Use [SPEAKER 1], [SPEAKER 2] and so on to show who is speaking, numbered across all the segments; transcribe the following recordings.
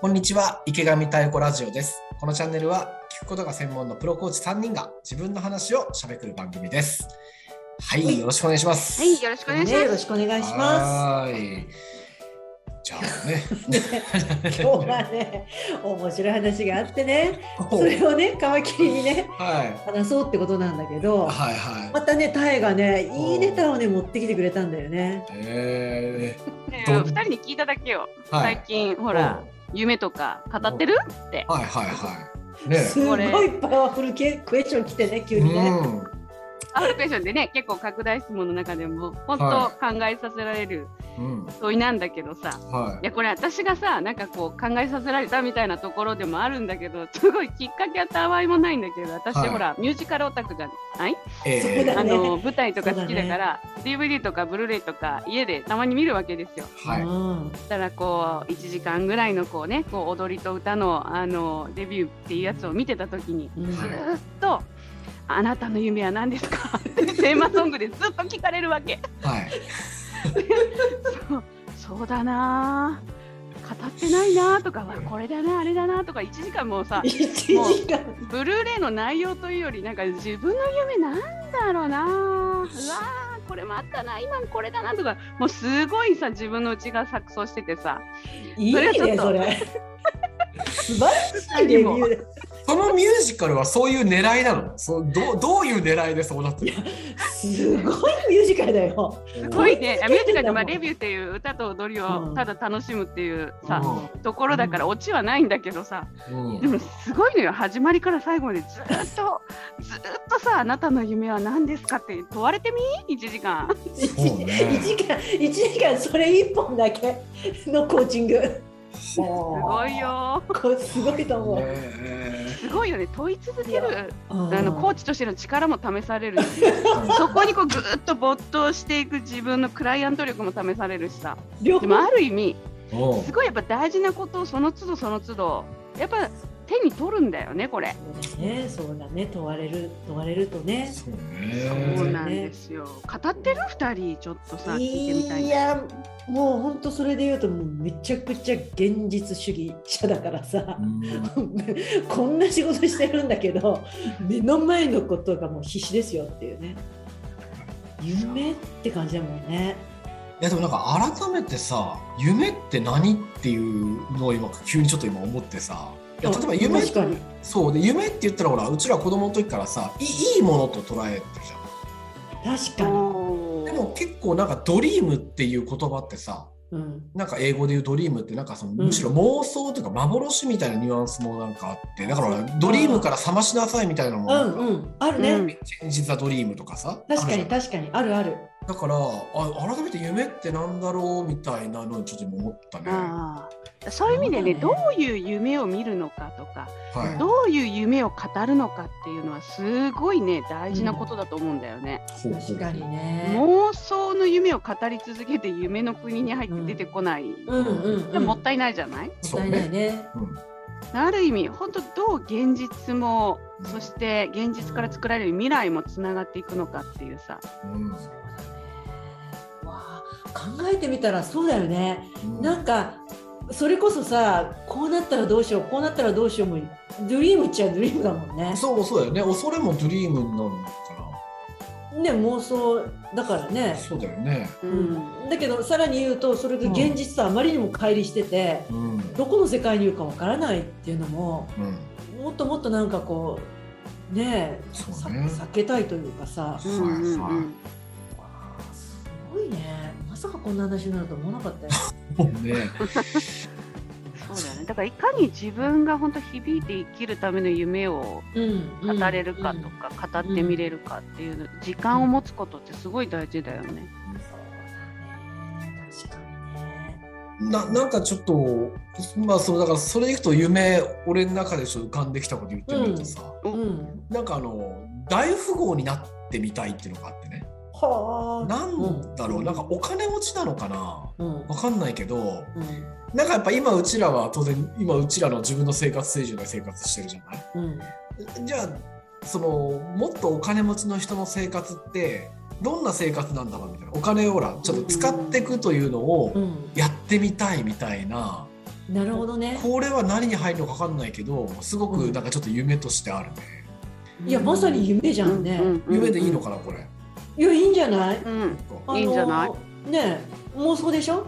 [SPEAKER 1] こんにちは池上太子ラジオですこのチャンネルは聞くことが専門のプロコーチ3人が自分の話をしゃべくる番組ですはい、
[SPEAKER 2] はい
[SPEAKER 1] よろしくお願いします
[SPEAKER 3] はい、よろしくお願いしま
[SPEAKER 2] ね、
[SPEAKER 3] す。
[SPEAKER 2] よろしくお願いしま
[SPEAKER 1] はーいじゃあね
[SPEAKER 2] す。ね今日 はね、面白い話があってね、 それをね、皮切りにね、
[SPEAKER 1] はい
[SPEAKER 2] 話そうってことなんだけど、
[SPEAKER 1] はいはい、
[SPEAKER 2] またね、タイがね、
[SPEAKER 1] お
[SPEAKER 2] いいネタをね、持ってきてくれたんだよね。
[SPEAKER 1] え
[SPEAKER 3] ね
[SPEAKER 1] ど
[SPEAKER 3] 二
[SPEAKER 1] ん
[SPEAKER 3] 人に聞いただけよ。
[SPEAKER 1] ー、はい
[SPEAKER 3] 最近、ほら、夢とか語ってるって。
[SPEAKER 1] はいはいはいね
[SPEAKER 2] すごいパワフルけクエスチョン来てね、急にね。
[SPEAKER 1] うん
[SPEAKER 3] アフルクエスチョンでね、結構拡大質問の中でも、本
[SPEAKER 1] は
[SPEAKER 3] 当考えさせられる
[SPEAKER 1] うん
[SPEAKER 3] 問いなんだけどさ。
[SPEAKER 1] はい
[SPEAKER 3] いや、これ私がさ、なんかこう考えさせられたみたいなところでもあるんだけど、すごいきっかけあった場合もないんだけど、私、
[SPEAKER 1] はい
[SPEAKER 3] ほら、ミュージカルオタクじゃない
[SPEAKER 1] え
[SPEAKER 2] そ
[SPEAKER 1] ー
[SPEAKER 2] う
[SPEAKER 3] あ
[SPEAKER 2] だね
[SPEAKER 3] の、舞台とか好きだから、DVD とかブルーレイとか家でたまに見るわけですよ。
[SPEAKER 1] はい
[SPEAKER 2] うん
[SPEAKER 3] そしたらこう1時間ぐらいのこうねこう踊りと歌のあのデビューっていうやつを見てた時に
[SPEAKER 2] うん
[SPEAKER 3] ず
[SPEAKER 1] は
[SPEAKER 3] ーっと「あなたの夢は何ですか?」 ってテーマソングでずっと聞かれるわけ
[SPEAKER 1] はい
[SPEAKER 3] そうそうだなー語ってないなーとかわこれだなあれだなとか1時間もうさ
[SPEAKER 2] 一時間
[SPEAKER 3] ブルーレイの内容というよりなんか自分の夢なんだろうなーうわーこれもあったな今もこれだなとかもうすごいさ自分の内が錯綜しててさ
[SPEAKER 2] いい
[SPEAKER 3] それはちょっ
[SPEAKER 2] ね、
[SPEAKER 3] と
[SPEAKER 2] それ。素晴らしいレビューだ
[SPEAKER 1] そのミュージカルはそういう狙いなのそうどうどういう狙いでそうなってるの
[SPEAKER 2] すごいミュージカルだよ。
[SPEAKER 3] すごいね、ミュージカルでまあ
[SPEAKER 2] うん
[SPEAKER 3] レビューっていう歌と踊りをただ楽しむっていうさ、
[SPEAKER 1] う
[SPEAKER 3] ところだからオチはないんだけどさ、
[SPEAKER 1] うん
[SPEAKER 3] でもすごいのよ、始まりから最後までずっと、ずっとさ、あなたの夢は何ですかって問われてみ ?1 時間。
[SPEAKER 2] 一
[SPEAKER 1] そうね
[SPEAKER 2] 一時間一時間それ一本だけのコーチング。す
[SPEAKER 1] す
[SPEAKER 3] すごい。よ、
[SPEAKER 2] こすごいと思う。
[SPEAKER 1] ね
[SPEAKER 3] すごいよね、問い続ける、
[SPEAKER 2] あ
[SPEAKER 3] あのコー
[SPEAKER 2] チ
[SPEAKER 3] チとしての力も試されるし、そこにこうぐーっと没頭していく自分のクライアント力も試されるしさ、
[SPEAKER 2] 両
[SPEAKER 3] で
[SPEAKER 2] 方
[SPEAKER 3] もある意味、
[SPEAKER 1] うんうん
[SPEAKER 3] すごいやっぱ大事なことをその都度その都度、やっぱ手に取るんだよね、これ。
[SPEAKER 2] そうだねそうだね問われる問われるとね。
[SPEAKER 1] そう
[SPEAKER 3] そう
[SPEAKER 1] ね
[SPEAKER 3] なんですよ。語ってる二人ちょっとさ聞いてみたい
[SPEAKER 2] い
[SPEAKER 3] な。
[SPEAKER 2] やもう本当それで言うともうめちゃくちゃ現実主義者だからさ
[SPEAKER 1] う。ん
[SPEAKER 2] こんな仕事してるんだけど目の前のことがもう必死ですよっていうね夢って感じだもんね
[SPEAKER 1] いやでもなんか改めてさ夢って何っていうのを今急にちょっと今思ってさいや例えば夢
[SPEAKER 2] 確かに
[SPEAKER 1] そうで夢って言ったらほらうちら子供の時からさいいいものと捉えてるじゃ
[SPEAKER 2] 確かに、
[SPEAKER 3] お
[SPEAKER 1] ん
[SPEAKER 3] ー
[SPEAKER 1] でも結構なんかドリームっていう言葉ってさ
[SPEAKER 2] うん、
[SPEAKER 1] なんか英語で言うドリームってなんかそのむしろ妄想とか幻みたいなニュアンスもなんかあってだからドリームから覚ましなさいみたいなのも
[SPEAKER 2] う
[SPEAKER 1] なんんか
[SPEAKER 2] うんあるね、
[SPEAKER 3] うん
[SPEAKER 1] 「チェンジ・ザ・ドリーム」とかさ
[SPEAKER 2] 確か
[SPEAKER 1] あるじゃ
[SPEAKER 2] に
[SPEAKER 1] ん
[SPEAKER 2] 確かにあるある
[SPEAKER 1] だからあ改めて夢ってなんだろうみたいなのにちょっと今思ったね。は
[SPEAKER 3] あーそういう意味でね
[SPEAKER 2] そ
[SPEAKER 3] ど
[SPEAKER 2] うだね
[SPEAKER 3] ういう夢を見るのかとか
[SPEAKER 1] い、
[SPEAKER 3] どういう夢を語るのかっていうのはすごいね大事なことだと思うんだよね。
[SPEAKER 1] ほうほう
[SPEAKER 2] 確かにね
[SPEAKER 3] 妄想の夢を語り続けて夢の国に入って出てこない。
[SPEAKER 2] うんうん、
[SPEAKER 3] で
[SPEAKER 2] うん、
[SPEAKER 3] ももったいないじゃない、
[SPEAKER 2] もったいないね
[SPEAKER 1] うん
[SPEAKER 3] ある意味本当どう現実も
[SPEAKER 1] うん
[SPEAKER 3] そして現実から作られる未来もつながっていくのかっていうさ
[SPEAKER 1] うん
[SPEAKER 2] そうだねわあ考えてみたらそうだよね
[SPEAKER 1] うん
[SPEAKER 2] なんかそれこそさこうなったらどうしようこうなったらどうしようもドリームっちゃドリームだもんね
[SPEAKER 1] そうそうだよね恐れもドリームなのか
[SPEAKER 2] ね妄想だから
[SPEAKER 1] な
[SPEAKER 2] ね
[SPEAKER 1] そうだよね
[SPEAKER 2] うん、だけどさらに言うとそれが現実とあまりにも乖離してて、
[SPEAKER 1] うんうん
[SPEAKER 2] どこの世界にいるかわからないっていうのももっともっとなんかこうねえ
[SPEAKER 1] そう
[SPEAKER 2] さ
[SPEAKER 1] ね
[SPEAKER 2] 避けたいというかさす
[SPEAKER 1] そう
[SPEAKER 3] うんうん
[SPEAKER 1] はいは
[SPEAKER 3] うん
[SPEAKER 2] ごいねまさかこんな話になると思わなかったよ。
[SPEAKER 1] もうね
[SPEAKER 3] そうだよね。だからいかに自分が本当響いて生きるための夢を語れるかとか、語ってみれるかっていうの時間を持つことってすごい大事だよね。
[SPEAKER 2] そうだね確かにね
[SPEAKER 1] ななんかちょっとまあそのだからそれでいくと夢俺の中でちょっと浮かんできたこと言ってみるとさ、
[SPEAKER 2] うん
[SPEAKER 1] なんかあの大富豪になってみたいっていうのがあってね
[SPEAKER 2] はあ
[SPEAKER 1] なんだろう、なんかお金持ちなのかな
[SPEAKER 2] うん
[SPEAKER 1] わかんないけど
[SPEAKER 2] うん
[SPEAKER 1] なんかやっぱ今うちらは当然今うちらの自分の生活水準で生活してるじゃない
[SPEAKER 2] うん
[SPEAKER 1] じゃあそのもっとお金持ちの人の生活ってどんな生活なんだろうみたいなお金をほらちょっと使っていくというのを
[SPEAKER 2] うん
[SPEAKER 1] やってみたいみたいな
[SPEAKER 2] なるほどね
[SPEAKER 1] これは何に入るのか分かんないけどすごくなんかちょっと夢としてあるね、
[SPEAKER 2] いやまさに夢じゃんね、
[SPEAKER 1] 夢でいいのかなこれ、
[SPEAKER 2] いやいいんじゃない、
[SPEAKER 3] うん、
[SPEAKER 2] あの
[SPEAKER 3] いいんじゃない
[SPEAKER 2] ねえ妄想でしょ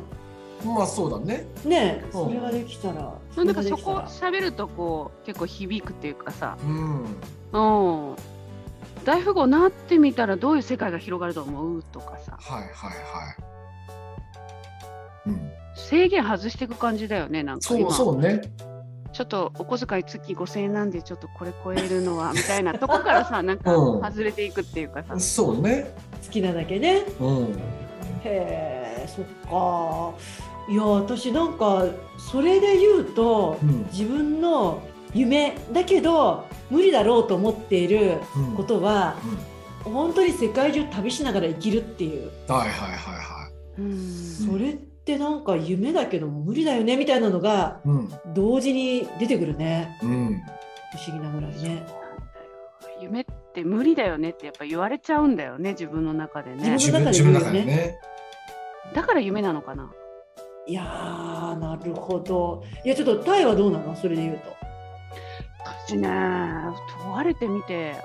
[SPEAKER 1] まあそうだね
[SPEAKER 2] ねえ
[SPEAKER 1] そう
[SPEAKER 2] それができたら
[SPEAKER 3] そうなんか
[SPEAKER 2] れが
[SPEAKER 3] そ
[SPEAKER 2] できた
[SPEAKER 3] こ
[SPEAKER 2] ら
[SPEAKER 3] 喋るとこう結構響くっていうかさ、
[SPEAKER 1] うん
[SPEAKER 3] うん、大富豪なってみたらどういう世界が広がると思うとかさ
[SPEAKER 1] はいはいはいうん
[SPEAKER 3] 制限外していく感じだよねなんか
[SPEAKER 1] そ
[SPEAKER 3] 今
[SPEAKER 1] うそうね
[SPEAKER 3] ちょっとお小遣い月5,000円なんでちょっとこれ超えるのはみたいなとこからさなんか
[SPEAKER 1] うん
[SPEAKER 3] 外れていくっていうかさ、
[SPEAKER 1] そうね
[SPEAKER 2] 好きなだけね
[SPEAKER 1] うん
[SPEAKER 2] へえそっかいや私なんかそれで言うと
[SPEAKER 1] うん
[SPEAKER 2] 自分の夢だけど無理だろうと思っている
[SPEAKER 1] うん
[SPEAKER 2] ことは
[SPEAKER 1] うん
[SPEAKER 2] 本当に世界中旅しながら生きるっていう
[SPEAKER 1] はいはいはいは
[SPEAKER 3] うん
[SPEAKER 2] それってなんか夢だけど無理だよねみたいなのが
[SPEAKER 1] いうん
[SPEAKER 2] 同時に出てくるね
[SPEAKER 1] うん
[SPEAKER 2] 不思議なぐらいね
[SPEAKER 3] 夢って無理だよねってやっぱ言われちゃうんだよね自分の中でね
[SPEAKER 2] 自
[SPEAKER 1] 自分自分の中で
[SPEAKER 2] 自分の
[SPEAKER 1] ね
[SPEAKER 3] だから夢なのかない
[SPEAKER 2] やーなるほどいやちょっとタイはどうなのそれで言うと
[SPEAKER 3] 私ね問われてみて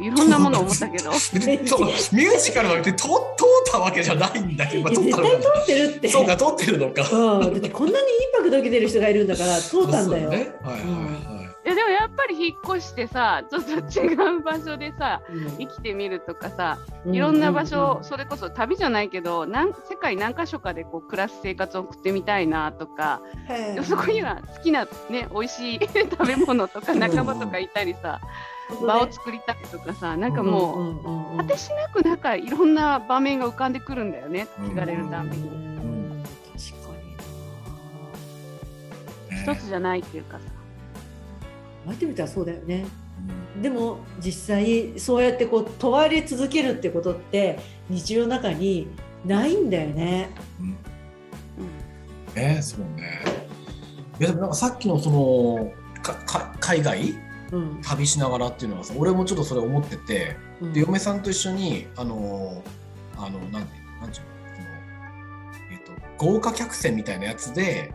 [SPEAKER 3] いろんなものを思ったけど
[SPEAKER 1] 別に そうミュージカルは別にと通ったわけじゃないんだけど、まあ、
[SPEAKER 2] いや
[SPEAKER 1] 通っ
[SPEAKER 2] 絶
[SPEAKER 1] たの
[SPEAKER 2] 対
[SPEAKER 1] か
[SPEAKER 2] 通ってるって
[SPEAKER 1] そうか通ってるのか
[SPEAKER 2] うん、だってこんなにインパクト受けてる人がいるんだから通ったんだ よ。
[SPEAKER 1] そうねはいはいはい
[SPEAKER 3] いやでもやっぱり引っ越してさちょっと違う場所でさ
[SPEAKER 2] うん
[SPEAKER 3] 生きてみるとかさ
[SPEAKER 2] う
[SPEAKER 3] いろんな場所、それこそ旅じゃないけどなん世界何か所かでこう暮らす生活を送ってみたいなとか、
[SPEAKER 2] へえ
[SPEAKER 3] そこには好きなね美味しい 食べ物とか
[SPEAKER 1] うん
[SPEAKER 3] 仲間とかいたりさ、場を作りたいとかさなんか
[SPEAKER 2] うん
[SPEAKER 3] もう、
[SPEAKER 2] うんうんうん
[SPEAKER 3] 果てしなくなんかいろんな場面が浮かんでくるんだよね
[SPEAKER 1] うん
[SPEAKER 3] 聞かれるために、
[SPEAKER 2] うん確かにな。
[SPEAKER 3] 一つじゃないっていうかさ
[SPEAKER 2] 言われてみたらそうだよね。でも実際そうやってこう問われ続けるってことって日常の中にないんだよね。
[SPEAKER 1] うん
[SPEAKER 3] うん
[SPEAKER 1] ねそうねいやでもなんかさっきのそのかか海外
[SPEAKER 2] うん。
[SPEAKER 1] 旅しながらっていうのはさ俺もちょっとそれ思ってて
[SPEAKER 2] うん
[SPEAKER 1] で嫁さんと一緒にあのあのなんてなんちゅうのそのえっと豪華客船みたいなやつで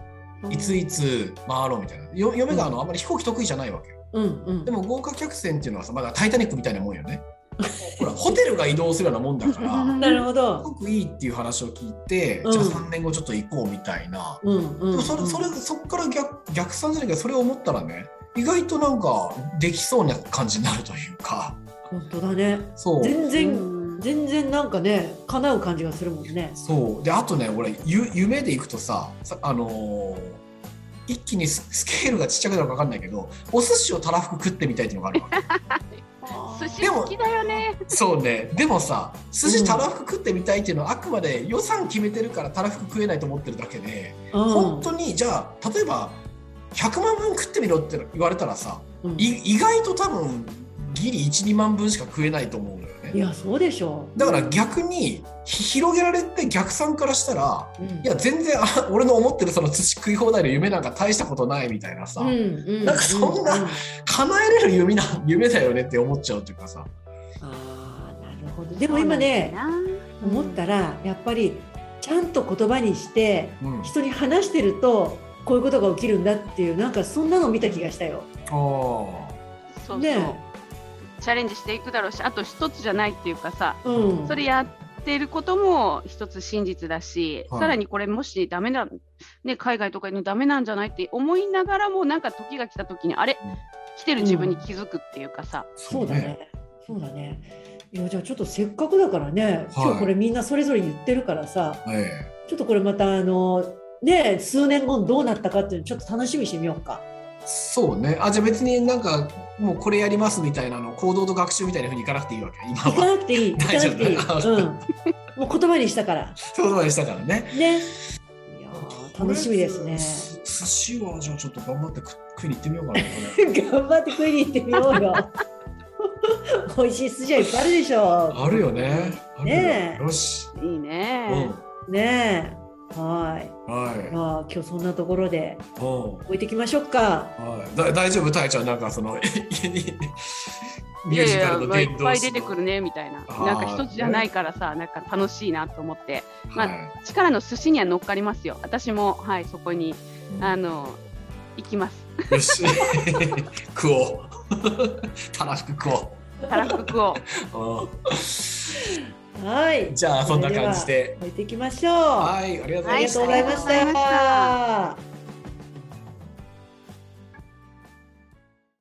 [SPEAKER 1] いついつ回ろうみたいなよ嫁があのあんまり飛行機得意じゃないわけよ
[SPEAKER 2] うんうん。
[SPEAKER 1] でも豪華客船っていうのはさまだ「タイタニック」みたいなもんよねほらホテルが移動するようなもんだから
[SPEAKER 2] なるほ
[SPEAKER 1] す
[SPEAKER 2] ど。
[SPEAKER 1] ごくいいっていう話を聞いて、
[SPEAKER 2] うん
[SPEAKER 1] じゃあ3年後ちょっと行こうみたいな、
[SPEAKER 2] うんう
[SPEAKER 1] で
[SPEAKER 2] ん。
[SPEAKER 1] もそれそれ
[SPEAKER 2] うん
[SPEAKER 1] そっから逆逆算じゃないけどそれを思ったらね意外となんかできそうな感じになるというか
[SPEAKER 2] 本当だね。
[SPEAKER 1] そう
[SPEAKER 2] 全然
[SPEAKER 3] うん
[SPEAKER 2] 全然なんかね叶う感じがするもんね。
[SPEAKER 1] そうであとね俺ゆ夢で行くとささあのー一気にススケールがちっちゃくなるか分かんないけどお寿司をたらふく食ってみたいっていうのがあるわけ
[SPEAKER 3] 寿司
[SPEAKER 1] でも
[SPEAKER 3] 好きだよね
[SPEAKER 1] そうねでもさ寿司たらふく食ってみたいっていうのはあくまで予算決めてるからたらふく食えないと思ってるだけで、
[SPEAKER 2] うん
[SPEAKER 1] 本当にじゃあ例えば100万分食ってみろって言われたらさ
[SPEAKER 2] うんい
[SPEAKER 1] い意外と多分ギリ12万分しか食えないと思うのよね
[SPEAKER 2] やそうでしょ
[SPEAKER 1] だから逆にひ広げられて逆算からしたら
[SPEAKER 2] う。うん
[SPEAKER 1] いや全然あ俺の思ってるその寿司食い放題の夢なんか大したことないみたいなさ、
[SPEAKER 2] うんうん
[SPEAKER 1] なんかそんな
[SPEAKER 2] うう
[SPEAKER 1] 叶えれる夢な夢だよねって思っちゃうというかさ
[SPEAKER 2] あーなるほどでも今ね
[SPEAKER 3] そうなんだよな
[SPEAKER 2] 思ったらやっぱりちゃんと言葉にして
[SPEAKER 1] うん
[SPEAKER 2] 人に話してるとこういうことが起きるんだっていうなんかそんなの見た気がしたよ。
[SPEAKER 1] あ
[SPEAKER 3] そうそう、
[SPEAKER 2] ね
[SPEAKER 3] チャレンジしていくだろうしあと一つじゃないっていうかさ
[SPEAKER 2] うん、
[SPEAKER 3] それやってることも一つ真実だし、
[SPEAKER 1] はい
[SPEAKER 3] さらにこれもしダメだ、ね、海外とかにダメなんじゃないって思いながらもなんか時が来た時にあれ
[SPEAKER 1] うん
[SPEAKER 3] 来てる自分に気づくっていうかさ、
[SPEAKER 2] そうだねそうだねいやじゃあちょっとせっかくだからね
[SPEAKER 1] はい
[SPEAKER 2] 今日これみんなそれぞれ言ってるからさ、
[SPEAKER 1] え
[SPEAKER 2] ちょっとこれまたあのね数年後にどうなったかっていうのちょっと楽しみにしてみよう か。
[SPEAKER 1] えそうねあじゃあ別になんかもうこれやりますみたいなの行動と学習みたいなふうにいかなくていいわけ今
[SPEAKER 2] 行か
[SPEAKER 1] は
[SPEAKER 2] なくていい、行かなくていい。
[SPEAKER 1] 大丈
[SPEAKER 2] うん、もう言葉にしたから。
[SPEAKER 1] そういうことでしたからね
[SPEAKER 2] ね。いやー楽しみですね。
[SPEAKER 1] す寿司はじゃあちょっと頑張って食食いに行ってみようかなこ
[SPEAKER 2] 頑張って食いに行ってみようよ。 美味しい筋はいっぱいあるでし
[SPEAKER 1] れ
[SPEAKER 2] ょ
[SPEAKER 1] あるよねあるよ
[SPEAKER 2] ねえ
[SPEAKER 1] よし、
[SPEAKER 3] いいね、
[SPEAKER 2] う。ねえ。はい。
[SPEAKER 1] うんはい
[SPEAKER 2] じゃあ今日そんなところで
[SPEAKER 1] うん
[SPEAKER 2] 置いてきましょうか。
[SPEAKER 1] はい、だ大丈夫、たいちゃん、なんかその家にミュー
[SPEAKER 3] いやい
[SPEAKER 1] ジカ
[SPEAKER 3] や、
[SPEAKER 1] ルの
[SPEAKER 3] まあ、い
[SPEAKER 1] 伝
[SPEAKER 3] っぱ
[SPEAKER 1] 道
[SPEAKER 3] い
[SPEAKER 1] 師
[SPEAKER 3] 出てくるねみたいな
[SPEAKER 1] あー
[SPEAKER 3] なんか一つじゃないからさなんか楽しいなと思って
[SPEAKER 1] はい
[SPEAKER 3] 力の寿司には乗っかりますよ私もはいそこにあの行きます。
[SPEAKER 1] よし 食おう たらふく食お
[SPEAKER 3] たらふくを。
[SPEAKER 1] う
[SPEAKER 2] はい
[SPEAKER 1] うんじゃあそんな感じで
[SPEAKER 2] 置いていきましょう。
[SPEAKER 1] はいありがとうございました
[SPEAKER 2] ありがとうございました
[SPEAKER 3] ありがとうございました